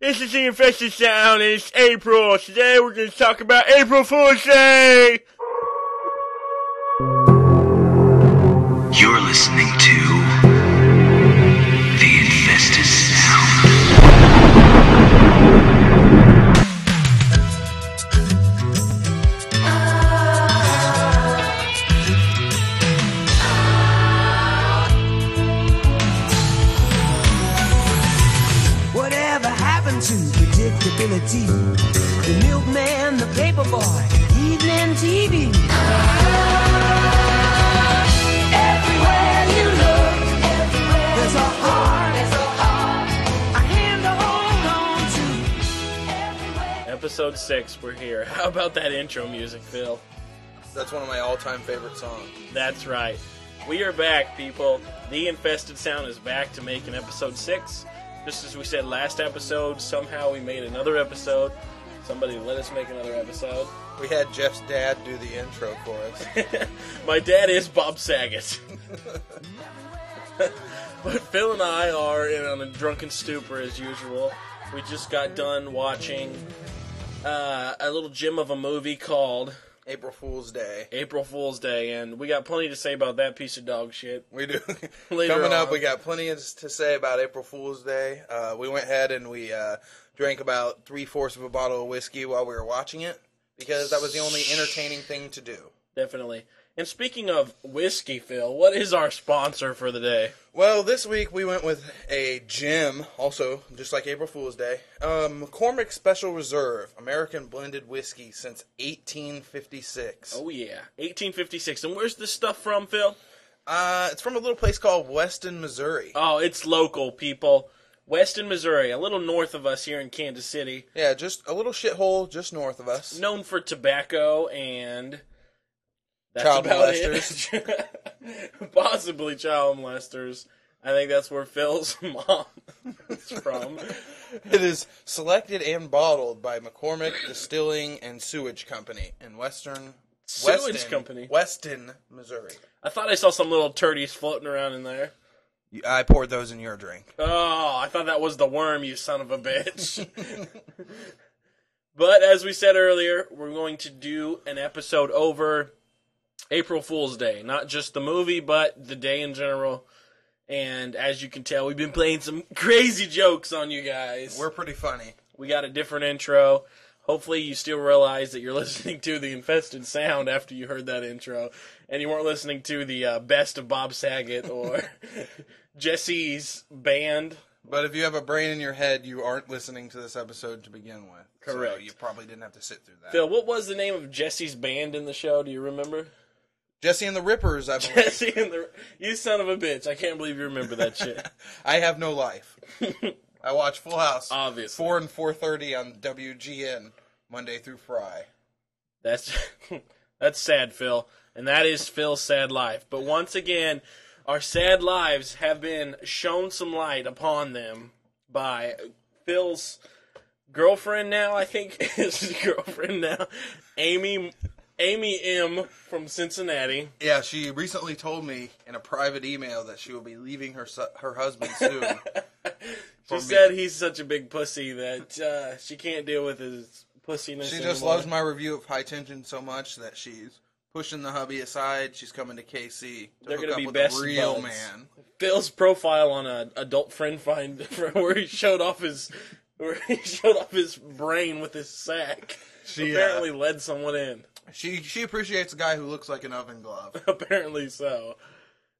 This is the Infested Sound, and it's April. Today we're going to talk about April Fool's Day! You're listening to The Infested Sound. Whatever happened to predictability? The milkman, the paperboy, evening TV. Everywhere you look, everywhere there's a heart, there's a heart, a hand to hold on to. Episode 6, we're here. How about that intro music, Phil? That's one of my all-time favorite songs. That's right. We are back, people. The Infested Sound is back to making episode 6. Just as we said last episode, somehow we made another episode. Somebody let us make another episode. We had Jeff's dad do the intro for us. My dad is Bob Saget. but Phil and I are in on a drunken stupor as usual. We just got done watching uh, a little gem of a movie called April Fool's Day. April Fool's Day, and we got plenty to say about that piece of dog shit. We do. Later Coming up, on. we got plenty to say about April Fool's Day. Uh, we went ahead and we uh, drank about three fourths of a bottle of whiskey while we were watching it because that was the only entertaining thing to do. Definitely. And speaking of whiskey, Phil, what is our sponsor for the day? Well, this week we went with a gem, also just like April Fool's Day. Um, McCormick Special Reserve, American blended whiskey since 1856. Oh, yeah. 1856. And where's this stuff from, Phil? Uh, it's from a little place called Weston, Missouri. Oh, it's local, people. Weston, Missouri, a little north of us here in Kansas City. Yeah, just a little shithole just north of us. known for tobacco and that's Child about It. Possibly child molesters. I think that's where Phil's mom is from. It is selected and bottled by McCormick Distilling and Sewage Company in Western Sewage Weston, Company. Weston, Missouri. I thought I saw some little turdies floating around in there. You- I poured those in your drink. Oh, I thought that was the worm, you son of a bitch. but as we said earlier, we're going to do an episode over April Fool's Day. Not just the movie, but the day in general. And as you can tell, we've been playing some crazy jokes on you guys. We're pretty funny. we got a different intro. Hopefully, you still realize that you're listening to the infested sound after you heard that intro, and you weren't listening to the uh, best of Bob Saget or Jesse's band. But if you have a brain in your head, you aren't listening to this episode to begin with. So Correct. you probably didn't have to sit through that. Phil, what was the name of Jesse's band in the show? Do you remember? Jesse and the Rippers, I believe. Jesse and the you son of a bitch! I can't believe you remember that shit. I have no life. I watch Full House. Obviously. 4 and 4.30 on WGN, Monday through Friday. That's that's sad, Phil, and that is Phil's sad life. But once again, our sad lives have been shown some light upon them by Phil's girlfriend. Now, I think is his girlfriend now, Amy Amy M from Cincinnati. Yeah, she recently told me in a private email that she will be leaving her su- her husband soon. She For me. said he's such a big pussy that uh, she can't deal with his pussiness. she just anymore. loves my review of High Tension so much that she's pushing the hubby aside. She's coming to KC. To They're hook gonna up be with best a real buds. man. Phil's profile on a adult friend find where he showed off his where he showed off his brain with his sack. She, uh, apparently led someone in. She she appreciates a guy who looks like an oven glove. apparently so.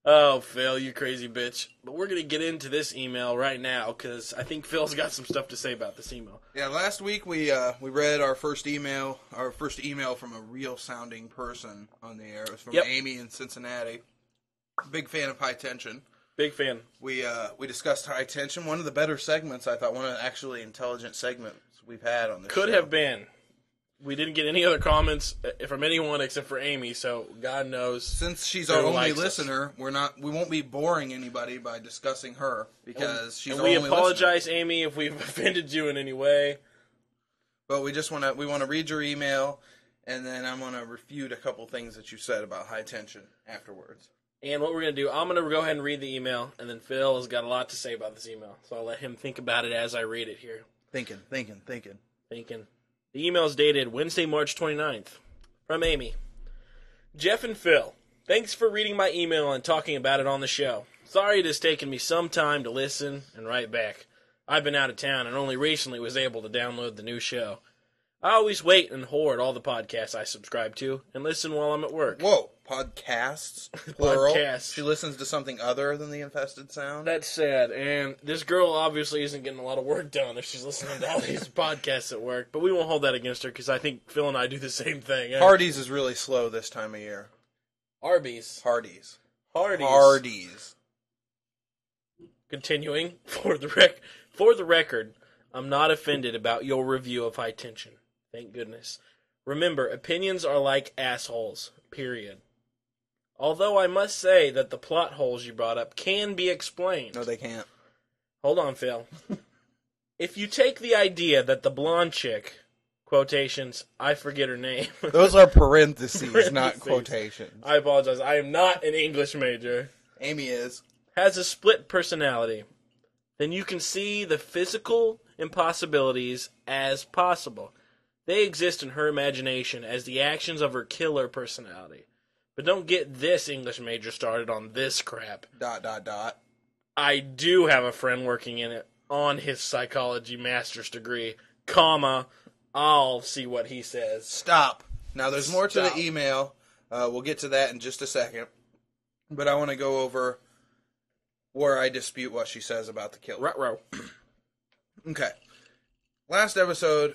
Oh, Phil, you crazy bitch. But we're going to get into this email right now cuz I think Phil's got some stuff to say about this email. Yeah, last week we uh, we read our first email, our first email from a real sounding person on the air. It was from Yep. Amy in Cincinnati. Big fan of High Tension. Big fan. we uh, we discussed high tension. One of the better segments, I thought. One of the actually intelligent segments we've had on this. Could show. have been. We didn't get any other comments uh, from anyone except for Amy, so God knows. since she's Who our only likes us. listener. We're not. We won't be boring anybody by discussing her because she's. And our we only listener. apologize, Amy, if we've offended you in any way. But we just want to. We want to read your email, and then I'm going to refute a couple things that you said about high tension afterwards. And what we're going to do, I'm going to go ahead and read the email, and then Phil has got a lot to say about this email. So I'll let him think about it as I read it here. Thinking, thinking, thinking. Thinking. The email's dated Wednesday, March 29th from Amy. Jeff and Phil, thanks for reading my email and talking about it on the show. Sorry it has taken me some time to listen and write back. I've been out of town and only recently was able to download the new show. I always wait and hoard all the podcasts I subscribe to and listen while I'm at work. Whoa, podcasts, plural. Podcasts. She listens to something other than the infested sound. That's sad, and this girl obviously isn't getting a lot of work done if she's listening to all these podcasts at work. But we won't hold that against her because I think Phil and I do the same thing. Uh, Hardee's is really slow this time of year. Arby's. Hardee's. Hardee's. Hardee's. Continuing for the rec- for the record, I'm not offended about your review of High Tension. Thank goodness. Remember, opinions are like assholes. Period. Although I must say that the plot holes you brought up can be explained. No, they can't. Hold on, Phil. if you take the idea that the blonde chick, quotations, I forget her name. Those are parentheses, not Parentheses. quotations. I apologize. I am not an English major. Amy is. has a split personality, then you can see the physical impossibilities as possible. They exist in her imagination as the actions of her killer personality. But don't get this English major started on this crap. Dot, dot, dot. I do have a friend working in it on his psychology master's degree, comma, I'll see what he says. Stop. Now, there's more to Stop. the email. Uh, we'll get to that in just a second. But I want to go over where I dispute what she says about the killer. Ruh-roh. Okay. Last episode,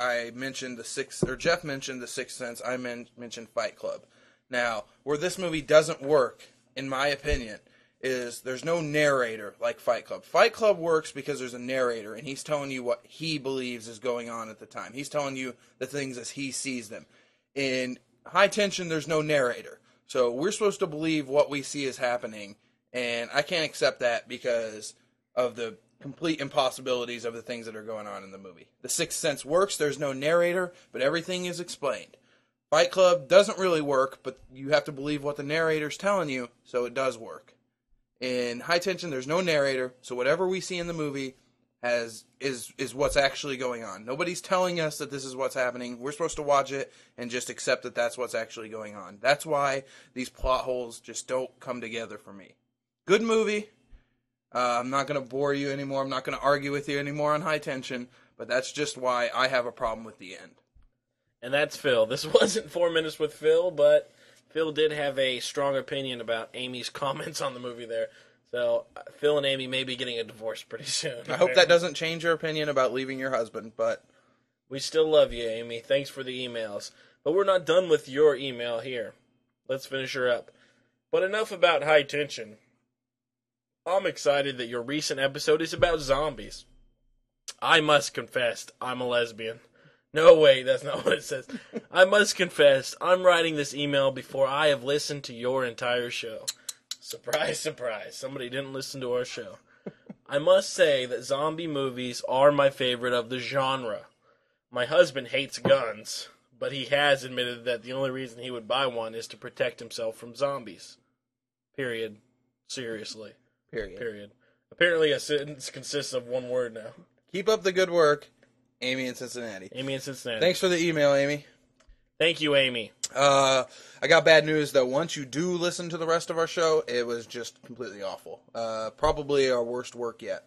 I mentioned the six, or Jeff mentioned the Sixth Sense. I men- mentioned Fight Club. Now, where this movie doesn't work, in my opinion, is there's no narrator like Fight Club. Fight Club works because there's a narrator, and he's telling you what he believes is going on at the time. He's telling you the things as he sees them. In High Tension, there's no narrator, so we're supposed to believe what we see is happening, and I can't accept that because of the complete impossibilities of the things that are going on in the movie. The Sixth Sense works, there's no narrator, but everything is explained. Fight Club doesn't really work, but you have to believe what the narrator's telling you, so it does work. In High Tension, there's no narrator, so whatever we see in the movie has is is what's actually going on. Nobody's telling us that this is what's happening. We're supposed to watch it and just accept that that's what's actually going on. That's why these plot holes just don't come together for me. Good movie, uh, I'm not going to bore you anymore. I'm not going to argue with you anymore on high tension, but that's just why I have a problem with the end. And that's Phil. This wasn't four minutes with Phil, but Phil did have a strong opinion about Amy's comments on the movie there. So uh, Phil and Amy may be getting a divorce pretty soon. I hope that doesn't change your opinion about leaving your husband, but We still love you, Amy. Thanks for the emails. But we're not done with your email here. Let's finish her up. But enough about high tension. I'm excited that your recent episode is about zombies. I must confess, I'm a lesbian. No way, that's not what it says. I must confess, I'm writing this email before I have listened to your entire show. Surprise, surprise. Somebody didn't listen to our show. I must say that zombie movies are my favorite of the genre. My husband hates guns, but he has admitted that the only reason he would buy one is to protect himself from zombies. Period. Seriously. period. Period. Apparently, a sentence consists of one word now. Keep up the good work, Amy in Cincinnati. Amy in Cincinnati. Thanks for the email, Amy. Thank you, Amy. Uh, I got bad news though. Once you do listen to the rest of our show, it was just completely awful. Uh, probably our worst work yet.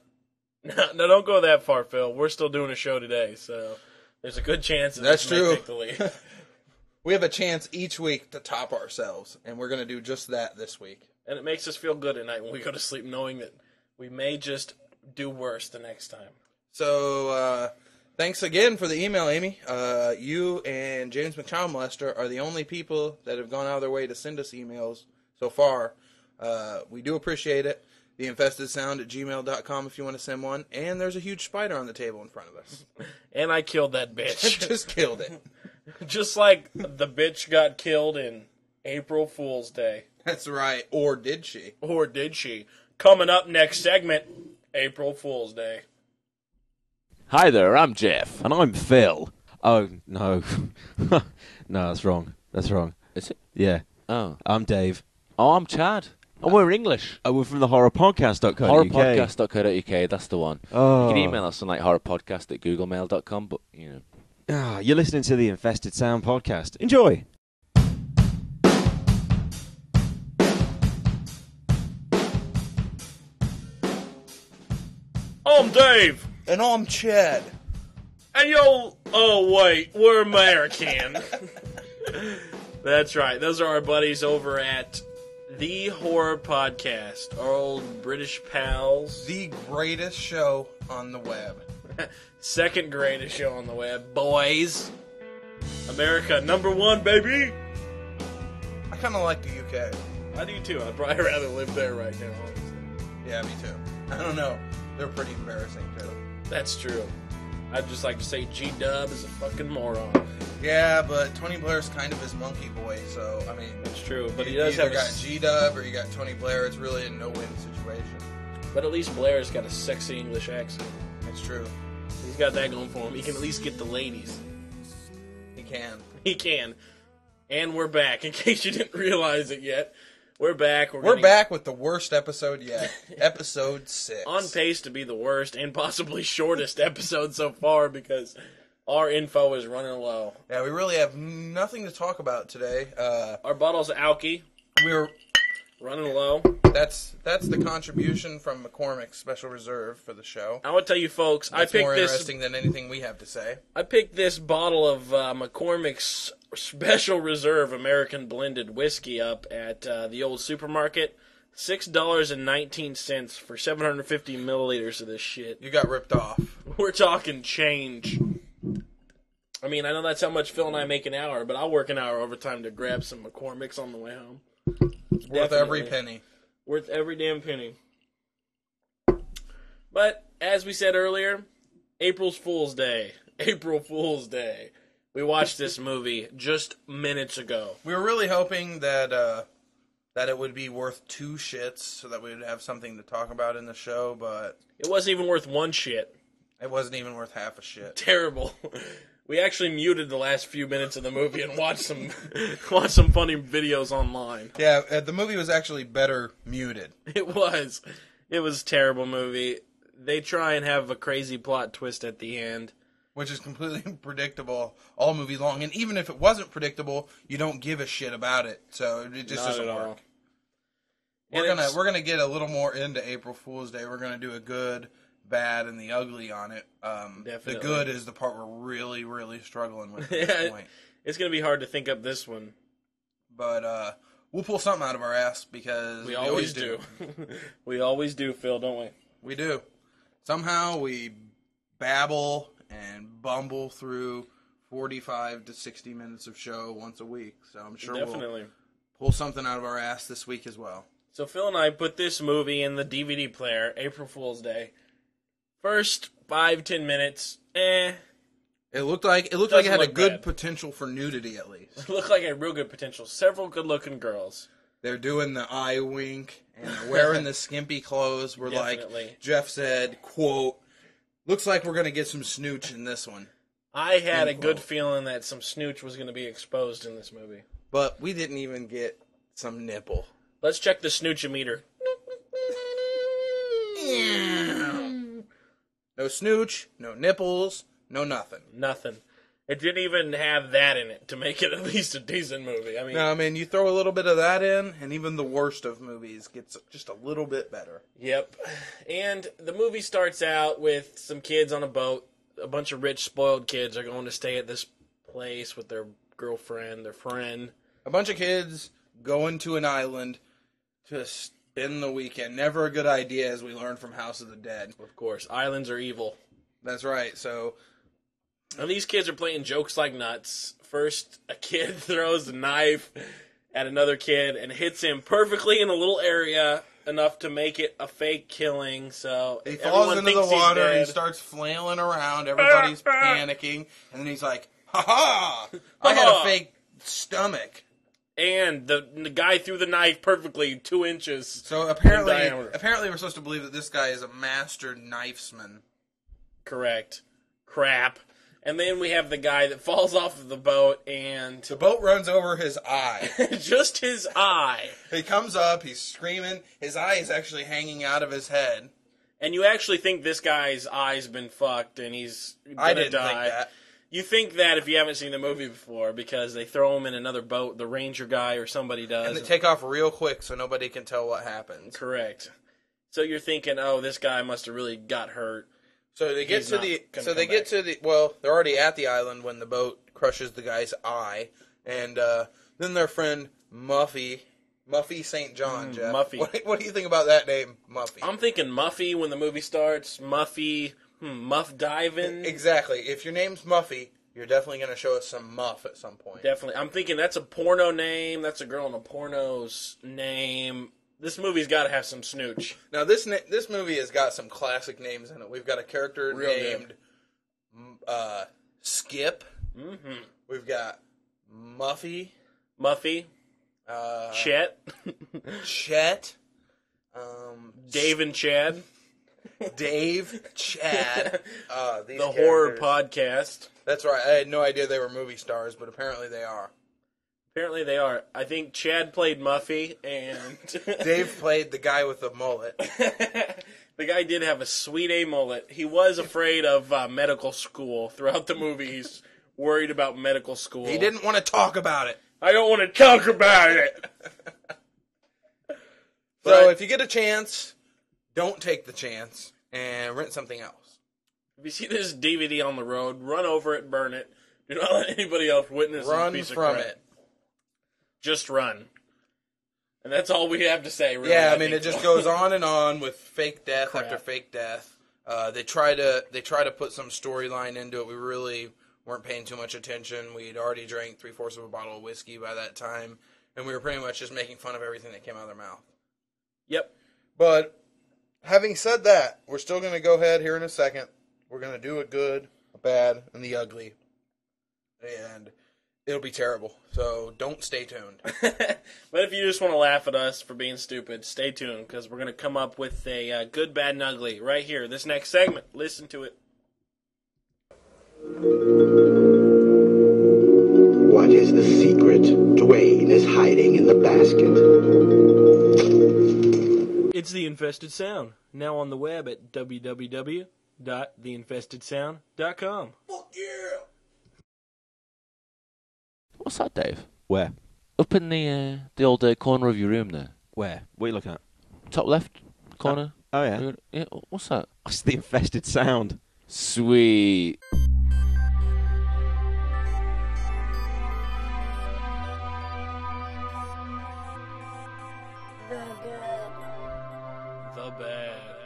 No, no, don't go that far, Phil. We're still doing a show today, so there's a good chance that That's this may true. take the lead. We have a chance each week to top ourselves, and we're gonna do just that this week. and it makes us feel good at night when we go to sleep, knowing that we may just do worse the next time. So uh, thanks again for the email, Amy. Uh, you and James McChown Lester are the only people that have gone out of their way to send us emails so far. Uh, we do appreciate it. The infested sound at gmail.com if you want to send one. And there's a huge spider on the table in front of us. And I killed that I bitch. just killed it. Just like the bitch got killed in April Fool's Day. That's right. Or did she? Or did she? Coming up next segment, April Fool's Day. Hi there, I'm Jeff. And I'm Phil. Oh no, no, that's wrong. That's wrong. Is it? Yeah, Oh, I'm Dave. oh, I'm Chad. And we're English. Oh, we're from the horrorpodcast.co.uk. Horrorpodcast.co.uk, that's the one. Oh. You can email us on like horrorpodcast at googlemail.com, but you know. Ah, you're listening to the Infested Sound podcast. Enjoy. I'm Dave, And I'm Chad. and yo, oh wait, we're American. That's right. Those are our buddies over at the Horror Podcast, our old British pals. The greatest show on the web. Second greatest show on the web, boys. America number one, baby. I kind of like the UK. I do too. I'd probably rather live there right now. honestly. Yeah, me too. I don't know. They're pretty embarrassing too. That's true. I'd just like to say G Dub is a fucking moron. Yeah, but Tony Blair's kind of his monkey boy, so I mean, That's true, but he you does either have. A, got s- G Dub or you got Tony Blair. It's really a no-win situation. but at least Blair's got a sexy English accent. That's true. He's got that going for him. He can at least get the ladies. He can. He can. And we're back. In case you didn't realize it yet, we're back. We're, We're gonna- back with the worst episode yet. episode six. on pace to be the worst and possibly shortest episode so far because our info is running low. Yeah, we really have nothing to talk about today. Uh, Our bottles of alky we're running low. that's that's the contribution from McCormick's special reserve for the show. I want to tell you folks, That's I more picked this interesting than anything we have to say. I picked this bottle of uh, McCormick's Special Reserve American Blended Whiskey up at uh, the old supermarket. Six dollars and nineteen cents for seven hundred fifty milliliters of this shit. You got ripped off. We're talking change. I mean, I know that's how much Phil and I make an hour, but I'll work an hour overtime to grab some McCormick's on the way home. Worth every Definitely. penny. Worth every damn penny. But as we said earlier, April's Fool's Day. April Fool's Day. We watched this movie just minutes ago. We were really hoping that uh, that it would be worth two shits, so that we would have something to talk about in the show. But It wasn't even worth one shit. it wasn't even worth half a shit. Terrible. We actually muted the last few minutes of the movie and watched some watched some funny videos online. Yeah, uh, the movie was actually better muted. It was. It was a terrible movie. They try and have a crazy plot twist at the end. which is completely predictable all movie long. And even if it wasn't predictable, you don't give a shit about it, so it just Not doesn't at all. work. And We're gonna it's- we're gonna get a little more into April Fool's Day. We're gonna do a good, bad, and the ugly on it. Um, Definitely. The good is the part we're really really struggling with at Yeah. this point. it's gonna be hard to think up this one. But uh, we'll pull something out of our ass because We always do. we always do, Phil, don't we? We do. Somehow we babble and bumble through. 45 to 60 minutes of show once a week. So I'm sure we'll Definitely. pull something out of our ass this week as well. So Phil and I put this movie in the DVD player, April Fool's Day. First five ten minutes, eh, It looked like it looked Doesn't like it had look a good bad. potential for nudity at least. look like a real good potential. Several good looking girls. They're doing the eye wink and they're wearing the skimpy clothes. We're Definitely. like Jeff said, quote, looks like we're gonna get some snooch in this one. I had a good Unquote. feeling that some snooch was gonna be exposed in this movie. But we didn't even get some nipple. Let's check the snoochometer. No snooch, no nipples, no nothing. Nothing. It didn't even have that in it to make it at least a decent movie. I mean, No, I mean you throw a little bit of that in, and even the worst of movies gets just a little bit better. Yep. And the movie starts out with some kids on a boat. A bunch of rich, spoiled kids are going to stay at this place with their girlfriend, their friend. a bunch of kids going to an island to spend the weekend. Never a good idea, as we learned from House of the Dead. Of course, islands are evil. That's right. So And these kids are playing jokes like nuts. First, a kid throws a knife at another kid and hits him perfectly in a little area enough to make it a fake killing. So he falls everyone into the thinks he's water and he dead. starts flailing around. Everybody's panicking, and then he's like, "Ha ha! I had Ha-ha. a fake stomach." And the, the guy threw the knife perfectly two inches. So apparently, In diameter. apparently, we're supposed to believe that this guy is a master knifesman. Correct. Crap. And then we have the guy that falls off of the boat and The boat runs over his eye. just his eye. he comes up, he's screaming. His eye is actually hanging out of his head. And you actually think this guy's eye's been fucked and he's gonna I didn't die. think that. You think that if you haven't seen the movie before because they throw him in another boat, the ranger guy or somebody does. And they take off real quick so nobody can tell what happens. Correct. So you're thinking, oh, this guy must have really got hurt. So they get He's to not the gonna so they come get back. to the well, they're already at the island when the boat crushes the guy's eye, and uh, then their friend Muffy, Muffy St. John, Jeff. Mm, Muffy. What, what do you think about that name, Muffy? I'm thinking Muffy when the movie starts. Muffy, hmm, Muff diving. exactly. If your name's Muffy, you're definitely going to show us some muff at some point. Definitely. I'm thinking that's a porno name. That's a girl in a porno's name. This movie's got to have some snooch. Now this na- this movie has got some classic names in it. We've got a character Real named m- uh, Skip. Mm-hmm. We've got Muffy, Muffy, uh, Chet, Chet, um, Dave and Chad, Dave, Chad. Uh, these the horror characters. podcast. That's right. I had no idea they were movie stars, but apparently they are. Apparently they are. I think Chad played Muffy, and Dave played the guy with the mullet. the guy did have a sweet A mullet. He was afraid of uh, medical school throughout the movie. He's worried about medical school. He didn't want to talk about it. I don't want to talk about it. So But- if you get a chance, don't take the chance and rent something else. If you see this DVD on the road, run over it, burn it. Do not let anybody else witness Run this piece from of crap. it. Just run. And that's all we have to say, really. Yeah, I mean think. it just goes on and on with fake death Crap. after fake death. Uh, they try to they try to put some storyline into it. We really weren't paying too much attention. We'd already drank three fourths of a bottle of whiskey by that time, and we were pretty much just making fun of everything that came out of their mouth. Yep. But having said that, we're still going to go ahead here in a second. We're going to do a good, a bad, and the ugly, and it'll be terrible. So don't stay tuned. But if you just want to laugh at us for being stupid, stay tuned because we're going to come up with a uh, good, bad, and ugly right here. This next segment. Listen to it. What is the secret Dwayne is hiding in the basket? It's The Infested Sound, now on the web at www.theinfestedsound.com. What's that, Dave? Where? Up in the uh, the old uh, corner of your room there, Where? What are you looking at? top left corner. Oh, yeah. Yeah. What's that? That's the infested sound. Sweet. The Bad.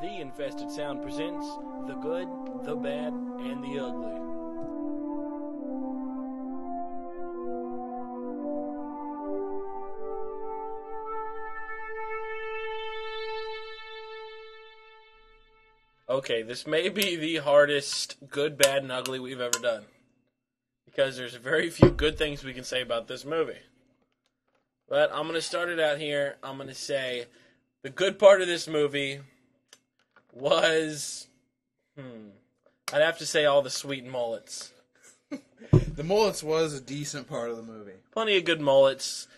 The Infested Sound presents The Good, The Bad, and The Ugly. Okay, this may be the hardest good, bad, and ugly we've ever done. Because there's very few good things we can say about this movie. But I'm going to start it out here. I'm going to say the good part of this movie was. Hmm. I'd have to say all the sweet mullets. the mullets was a decent part of the movie. Plenty of good mullets.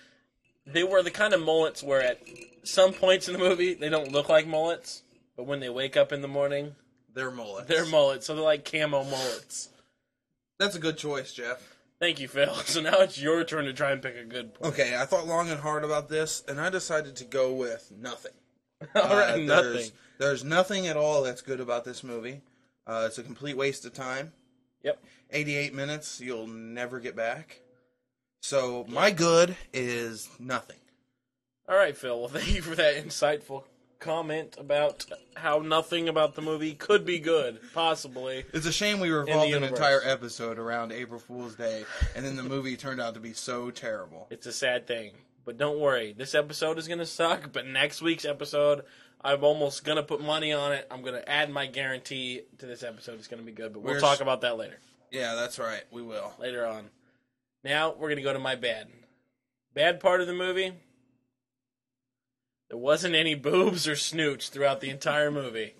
They were the kind of mullets where at some points in the movie they don't look like mullets, but when they wake up in the morning, They're mullets. they're mullets. So they're like camo mullets. That's a good choice, Jeff. Thank you, Phil. So now it's your turn to try and pick a good point. Okay, I thought long and hard about this, and I decided to go with nothing. all right, Uh, there's, nothing. There's nothing at all that's good about this movie. Uh, it's a complete waste of time. Yep. 88 minutes, you'll never get back. So my good is nothing. All right, Phil. Well, thank you for that insightful comment about how nothing about the movie could be good, possibly. It's a shame we revolved an universe. entire episode around April Fool's Day, and then the movie turned out to be so terrible. It's a sad thing. But don't worry, this episode is going to suck, but next week's episode, I'm almost going to put money on it. I'm going to add my guarantee to this episode. It's going to be good, but we'll Where's- talk about that later. Yeah, that's right. We will. Later on. Now, we're going to go to my bad. Bad part of the movie? There wasn't any boobs or snooch throughout the entire movie.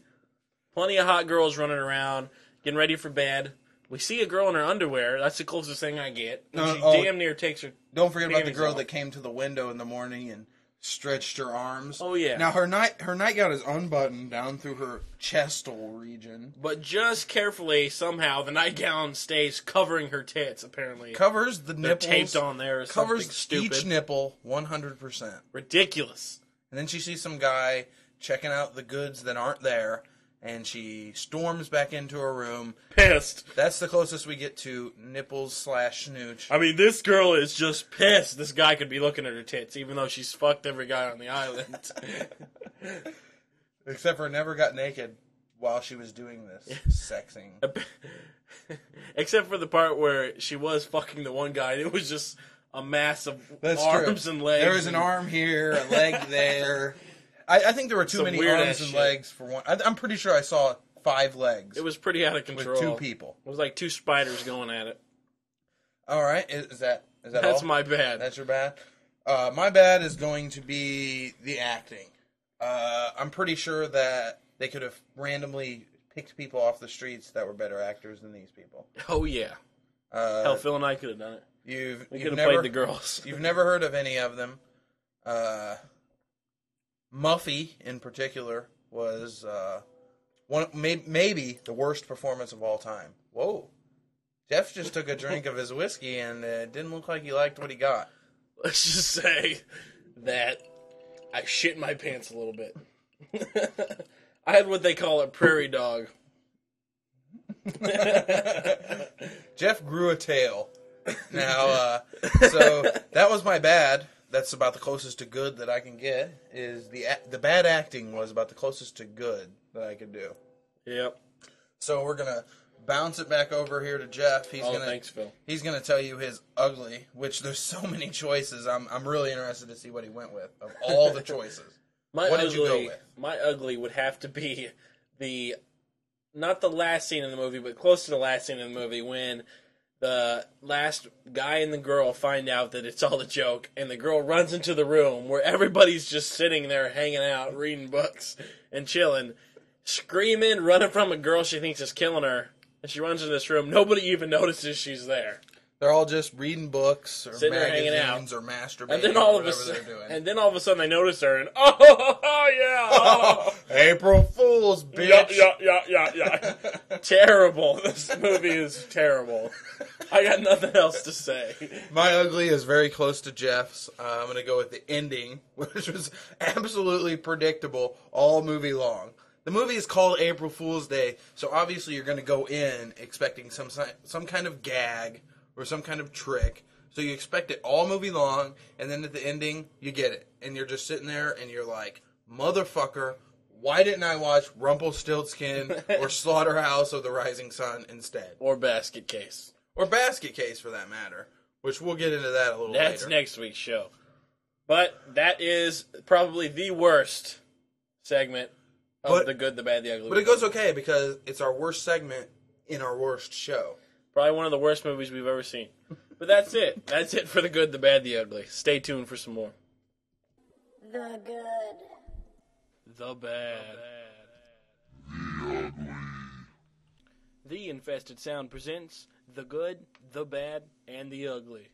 Plenty of hot girls running around, getting ready for bed. We see a girl in her underwear. That's the closest thing I get. And No, she oh. damn near takes her. Don't forget about the Panties girl off. that came to the window in the morning and stretched her arms. Oh, yeah. Now her night her nightgown is unbuttoned down through her chestal region. But just carefully, somehow, the nightgown stays covering her tits, apparently. Covers the They're nipples. taped on there or covers something stupid. each nipple one hundred percent. Ridiculous. And then she sees some guy checking out the goods that aren't there, and she storms back into her room. Pissed. That's the closest we get to nipples slash snooch. I mean, this girl is just pissed. This guy could be looking at her tits, even though she's fucked every guy on the island. Except for never got naked while she was doing this sexing. Except for the part where she was fucking the one guy, and it was just a mass of That's arms true. and legs. There was an and- arm here, a leg there. I, I think there were too Some many weird arms ass and shit. legs for one. I, I'm pretty sure I saw five legs It was pretty out of with control. two people. It was like two spiders going at it. All right, is, is that is that That's all? my bad. That's your bad. Uh, my bad is going to be the acting. Uh, I'm pretty sure that they could have randomly picked people off the streets that were better actors than these people. oh yeah. Hell, Phil and I could have done it. You've We you've could have Uh, never played the girls. you've never heard of any of them. Uh, Muffy in particular was uh, one may, maybe the worst performance of all time. Whoa. Jeff just took a drink of his whiskey and uh, it didn't look like he liked what he got. Let's just say that I shit my pants a little bit. I had what they call a prairie dog. Jeff grew a tail. Now, uh, so that was my bad. That's about the closest to good that I can get. Is the a- the bad acting was about the closest to good that I could do. Yep. So we're gonna bounce it back over here to Jeff. He's Oh, gonna thanks, Phil. he's gonna tell you his ugly, which there's so many choices. I'm I'm really interested to see what he went with of all the choices. My What ugly, did you go with? my ugly would have to be the not the last scene in the movie, but close to the last scene in the movie when the last guy and the girl find out that it's all a joke, and the girl runs into the room where everybody's just sitting there hanging out, reading books and chilling, screaming, running from a girl she thinks is killing her, and she runs into this room. Nobody even notices she's there. They're all just reading books or Sitting there hanging magazines or masturbating. And then all or of a whatever they're sudden, doing. and then all of a sudden, I notice her, and oh, oh, oh yeah, oh. April Fools, bitch. Yeah, yeah, yeah, yeah, yeah. terrible. This movie is terrible. I got nothing else to say. My ugly is very close to Jeff's. Uh, I'm going to go with the ending, which was absolutely predictable all movie long. The movie is called April Fool's Day, so obviously you're going to go in expecting some si- some kind of gag or some kind of trick. So you expect it all movie long, and then at the ending you get it, and you're just sitting there and you're like, "Motherfucker, why didn't I watch Rumpelstiltskin or Slaughterhouse of the Rising Sun instead, Or basket case. or Basket Case for that matter?" Which we'll get into that a little That's later. next week's show. But that is probably the worst segment of But- the good, the bad, the ugly. But it goes okay because it's our worst segment in our worst show. probably one of the worst movies we've ever seen. But that's it. That's it for the good, the bad, the ugly. Stay tuned for some more. The good. The bad. The Infested Sound presents the good, the bad, and the ugly.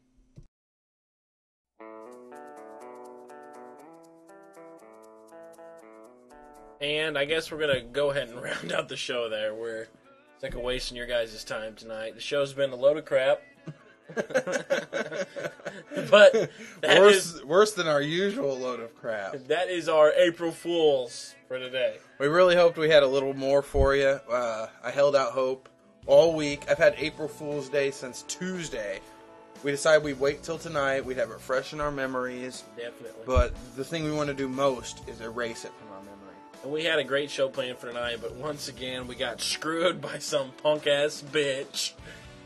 And I guess we're gonna go ahead and round out the show there. We're sick of wasting your guys' time tonight. The show's been a load of crap. but that is Worse, worse than our usual load of crap. that is our April Fools for today. We really hoped we had a little more for you. Uh, I held out hope all week. I've had April Fool's Day since Tuesday. We decided we'd wait till tonight. We'd have it fresh in our memories. Definitely. But the thing we want to do most is erase it from our memory. And we had a great show planned for tonight, but once again, we got screwed by some punk ass bitch.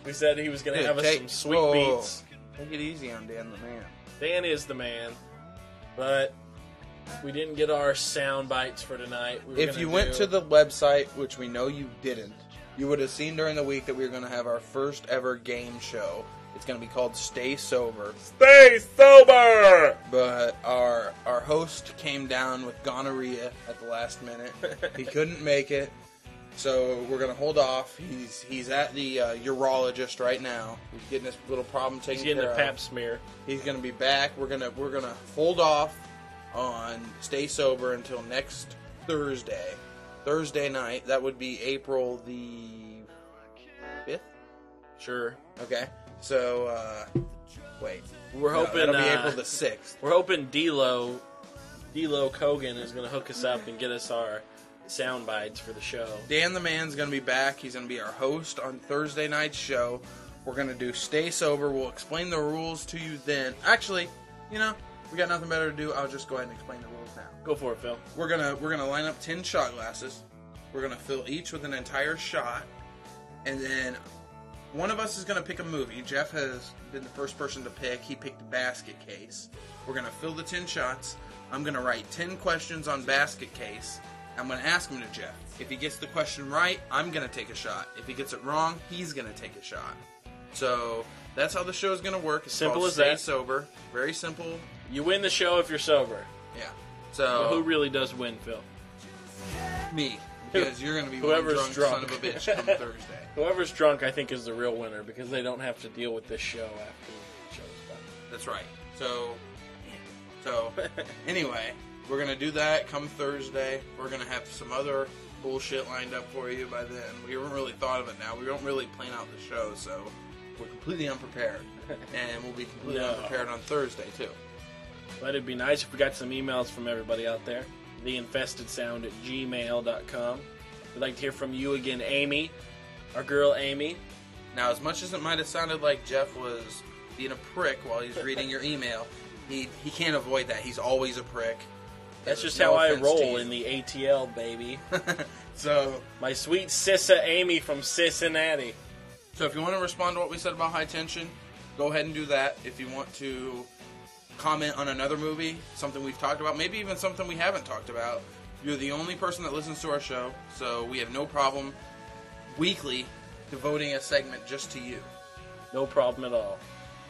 We said he was going to Dude, have us take- some sweet whoa, whoa, whoa. beats. Take it easy on Dan the man. Dan is the man, but we didn't get our sound bites for tonight. We were If gonna you went do- to the website, which we know you didn't, you would have seen during the week that we were going to have our first ever game show. It's going to be called Stay Sober. Stay sober! But our our host came down with gonorrhea at the last minute. he couldn't make it. So we're gonna hold off. He's he's at the uh, urologist right now. He's getting this little problem taken He's getting care a of. pap smear. He's gonna be back. We're gonna we're gonna hold off on stay sober until next Thursday. Thursday night. That would be April the fifth. Sure. Okay. So uh, wait. We're No, hoping that'll be uh, April the sixth. we're hoping D'Lo D'Lo Kogan is going to hook us up and get us our sound bites for the show. Dan the Man's going to be back. He's going to be our host on Thursday night's show. We're going to do Stay Sober. We'll explain the rules to you then. Actually, you know, we got nothing better to do. I'll just go ahead and explain the rules now. Go for it, Phil. We're going to we're going to line up 10 shot glasses. We're going to fill each with an entire shot. And then one of us is going to pick a movie. Jeff has been the first person to pick. He picked Basket Case. We're going to fill the 10 shots. I'm going to write 10 questions on Basket Case. I'm going to ask him to Jeff. If he gets the question right, I'm going to take a shot. If he gets it wrong, he's going to take a shot. So that's how the show is going to work. It's Simple called as Stay that. Sober. Very simple. You win the show if you're sober. Yeah. But who So really does win, Phil? me, because you're going to be one Whoever's drunk, drunk. son of a bitch come Thursday. Whoever's drunk, I think, is the real winner because they don't have to deal with this show after the show's done. That's right. So, so anyway, we're gonna do that come Thursday. We're gonna have some other bullshit lined up for you by then. We haven't really thought of it now. We don't really plan out the show, so we're completely unprepared, and we'll be completely No. unprepared on Thursday too. But it'd be nice if we got some emails from everybody out there. Theinfestedsound at gmail.com. We'd like to hear from you again, Amy. Our girl, Amy. Now, as much as it might have sounded like Jeff was being a prick while he's reading your email, he he can't avoid that. He's always a prick. That's just No how I offense to roll you. in the ATL, baby. So My sweet Sissa Amy from Cincinnati. So if you want to respond to what we said about high tension, go ahead and do that. If you want to comment on another movie, something we've talked about, maybe even something we haven't talked about, you're the only person that listens to our show, so we have no problem weekly devoting a segment just to you. No problem at all.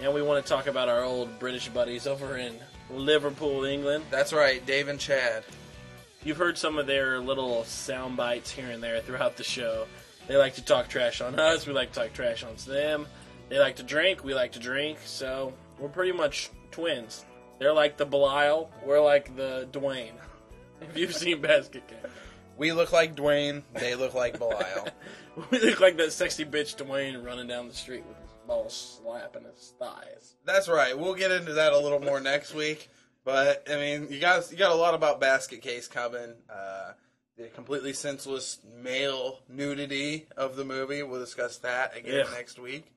And we want to talk about our old British buddies over in Liverpool, England. That's right, Dave and Chad. You've heard some of their little sound bites here and there throughout the show. They like to talk trash on us. We like to talk trash on them. They like to drink. We like to drink. So we're pretty much twins. They're like the Belial. We're like the Dwayne. If you've seen Basket Case, We look like Dwayne, they look like Belial. we look like that sexy bitch Dwayne running down the street with his balls slapping his thighs. That's right. We'll get into that a little more next week. But I mean, you got you got a lot about basket case coming. Uh, the completely senseless male nudity of the movie. We'll discuss that again Yeah. next week.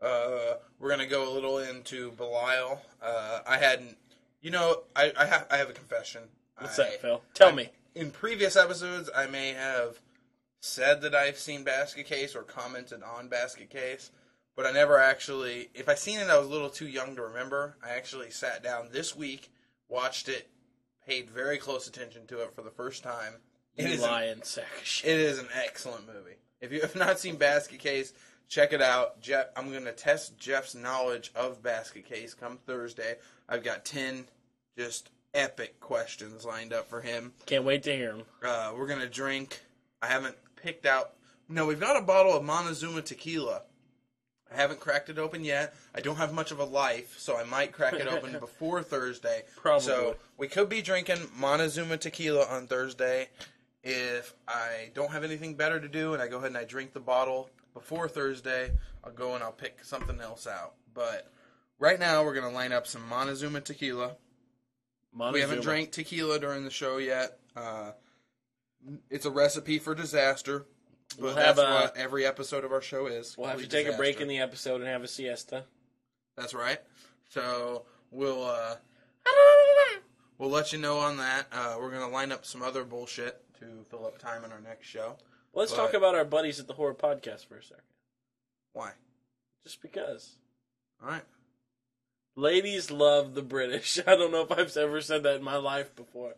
Uh, we're gonna go a little into Belial. Uh, I hadn't, you know, I I have, I have a confession. What's I- that, Phil? Tell I- me. In previous episodes, I may have said that I've seen Basket Case or commented on Basket Case, but I never actually. If I seen it, I was a little too young to remember. I actually sat down this week, watched it, paid very close attention to it for the first time. It You is an- lying sack of shit. it is an excellent movie. If you have not seen Basket Case, check it out. Jeff, I'm going to test Jeff's knowledge of Basket Case come Thursday. I've got ten just epic questions lined up for him. Can't wait to hear him. Uh, we're gonna drink. I haven't picked out. No, we've got a bottle of Montezuma tequila. I haven't cracked it open yet. I don't have much of a life, so I might crack it open before Thursday. Probably. So we could be drinking Montezuma tequila on Thursday if I don't have anything better to do, and I go ahead and I drink the bottle before Thursday. I'll go and I'll pick something else out. But right now, we're gonna line up some Montezuma tequila. We haven't Montezuma. drank tequila during the show yet. Uh, it's a recipe for disaster. But We'll that's have a- what every episode of our show is. We'll have to complete take a break disaster. in the episode and have a siesta. That's right. So we'll uh, we'll let you know on that. Uh, we're gonna line up some other bullshit to fill up time in our next show. Let's But- talk about our buddies at the Horror Podcast for a second. Why? Just because. All right. Ladies love the British. I don't know if I've ever said that in my life before.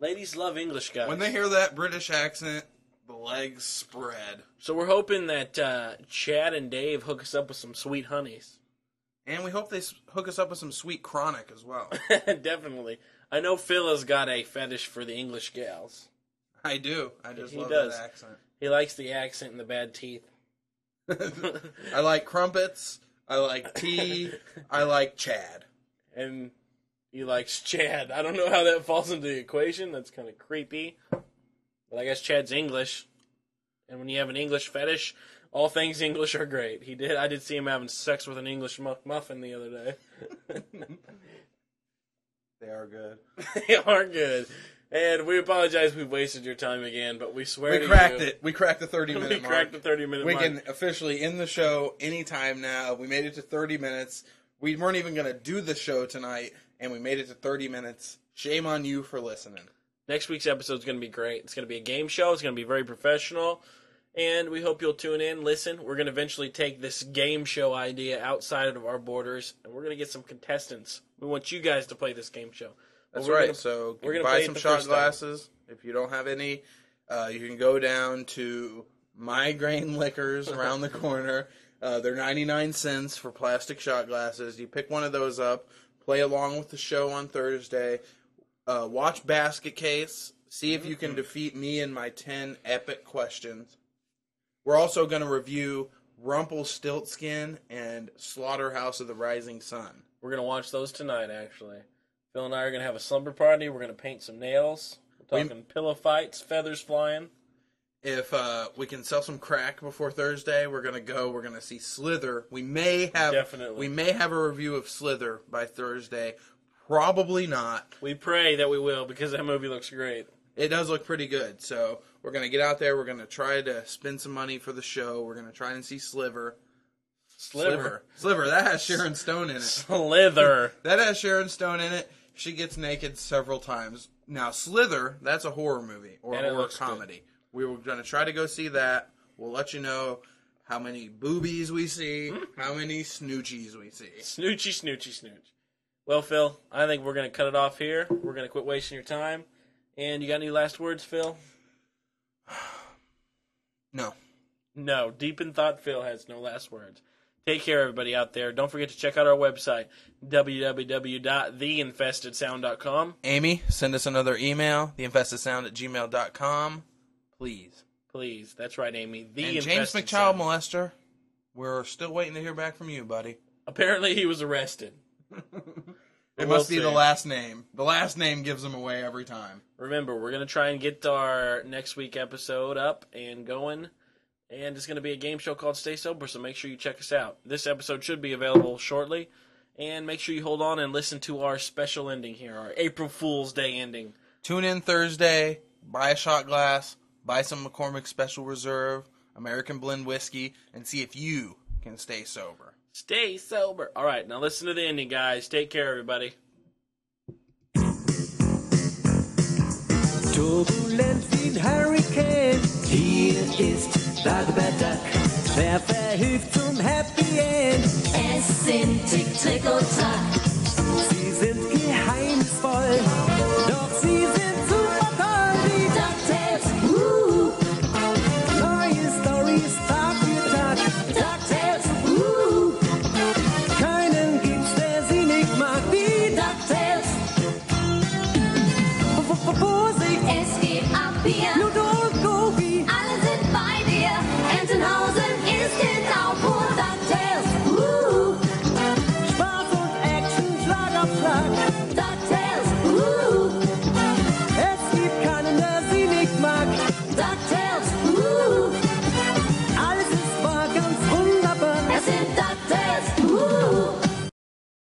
Ladies love English guys. When they hear that British accent, the legs spread, so we're hoping that uh, Chad and Dave hook us up with some sweet honeys. and we hope they s- hook us up with some sweet chronic as well. Definitely. I know Phil has got a fetish for the English gals. I do. I just He love does. that accent. He likes the accent and the bad teeth. I like crumpets. I like tea. I like Chad. and he likes Chad. I don't know how that falls into the equation. That's kind of creepy. But I guess Chad's English, and when you have an English fetish, all things English are great. He did. I did see him having sex with an English mu- muffin the other day. They are good. they are good. And we apologize. We've wasted your time again, but we swear We to cracked you, it. We cracked the 30 minute We mark. cracked the thirty minute we mark. can officially end the show anytime now. We made it to 30 minutes. We weren't even going to do the show tonight, and we made it to 30 minutes. Shame on you for listening. Next week's episode is going to be great. It's going to be a game show. It's going to be very professional. And we hope you'll tune in, listen. We're going to eventually take this game show idea outside of our borders, and we're going to get some contestants. We want you guys to play this game show. But That's we're right. gonna- so we're gonna play buy it some the shot first time. glasses. If you don't have any, uh, you can go down to Migraine Liquors around the corner. Uh, they're 99 cents for plastic shot glasses. You pick one of those up, play along with the show on Thursday, uh, watch Basket Case, see if you can Mm-hmm. defeat me and my 10 epic questions. We're also going to review Rumpelstiltskin and Slaughterhouse of the Rising Sun. We're going to watch those tonight, actually. Phil and I are going to have a slumber party. We're going to paint some nails. We're We- talking pillow fights, feathers flying. if uh, we can sell some crack before Thursday, we're gonna go. We're gonna see Slither. We may have Definitely. We may have a review of Slither by Thursday. Probably not. We pray that we will because that movie looks great. It does look pretty good. So we're gonna get out there. We're gonna try to spend some money for the show. We're gonna try and see Sliver. Sliver. Sliver. That has Sharon Stone in it. Slither. That has Sharon Stone in it. She gets naked several times. Now Slither. That's a horror movie or And it a horror looks good. comedy. We were gonna try to go see that. We'll let you know how many boobies we see, Hmm. how many snoochies we see. Snoochy, snoochy, snooch. Well, Phil, I think we're going to cut it off here. We're going to quit wasting your time. And you got any last words, Phil? No. No. Deep in Thought Phil has no last words. Take care, everybody out there. Don't forget to check out our website, www.theinfestedsound.com. Amy, send us another email, theinfestedsound at gmail.com, please. Please. That's right, Amy. The and James Infested McChild Sound. Molester, we're still waiting to hear back from you, buddy. Apparently, he was arrested. It must we'll be the see. last name. The last name gives him away every time. Remember, we're going to try and get our next week episode up and going. And it's going to be a game show called Stay Sober, so make sure you check us out. This episode should be available shortly. And make sure you hold on and listen to our special ending here, our April Fool's Day ending. Tune in Thursday, buy a shot glass, buy some McCormick Special Reserve, American Blend Whiskey, and see if you can stay sober. Stay sober. All right, now listen to the ending, guys. Take care, everybody. Turbulent wind, Hurricane, hier ist Dagobert Duck. Wer verhilft zum Happy End? Es sind Tick, Trick und Track. Sie sind geheimnisvoll, doch sie sind super toll. Wie DuckTales, uh, neue Stories Tag für Tag. DuckTales, uh, Keinen gibt's, der sie nicht mag. Die DuckTales. DuckTales, Vorsicht, Es geht ab hier. Pluto und Goofy. Alle sind bei dir. Entenhausen ist genau pur DuckTales, uh, Spaß und Action, Schlag auf Schlag. DuckTales.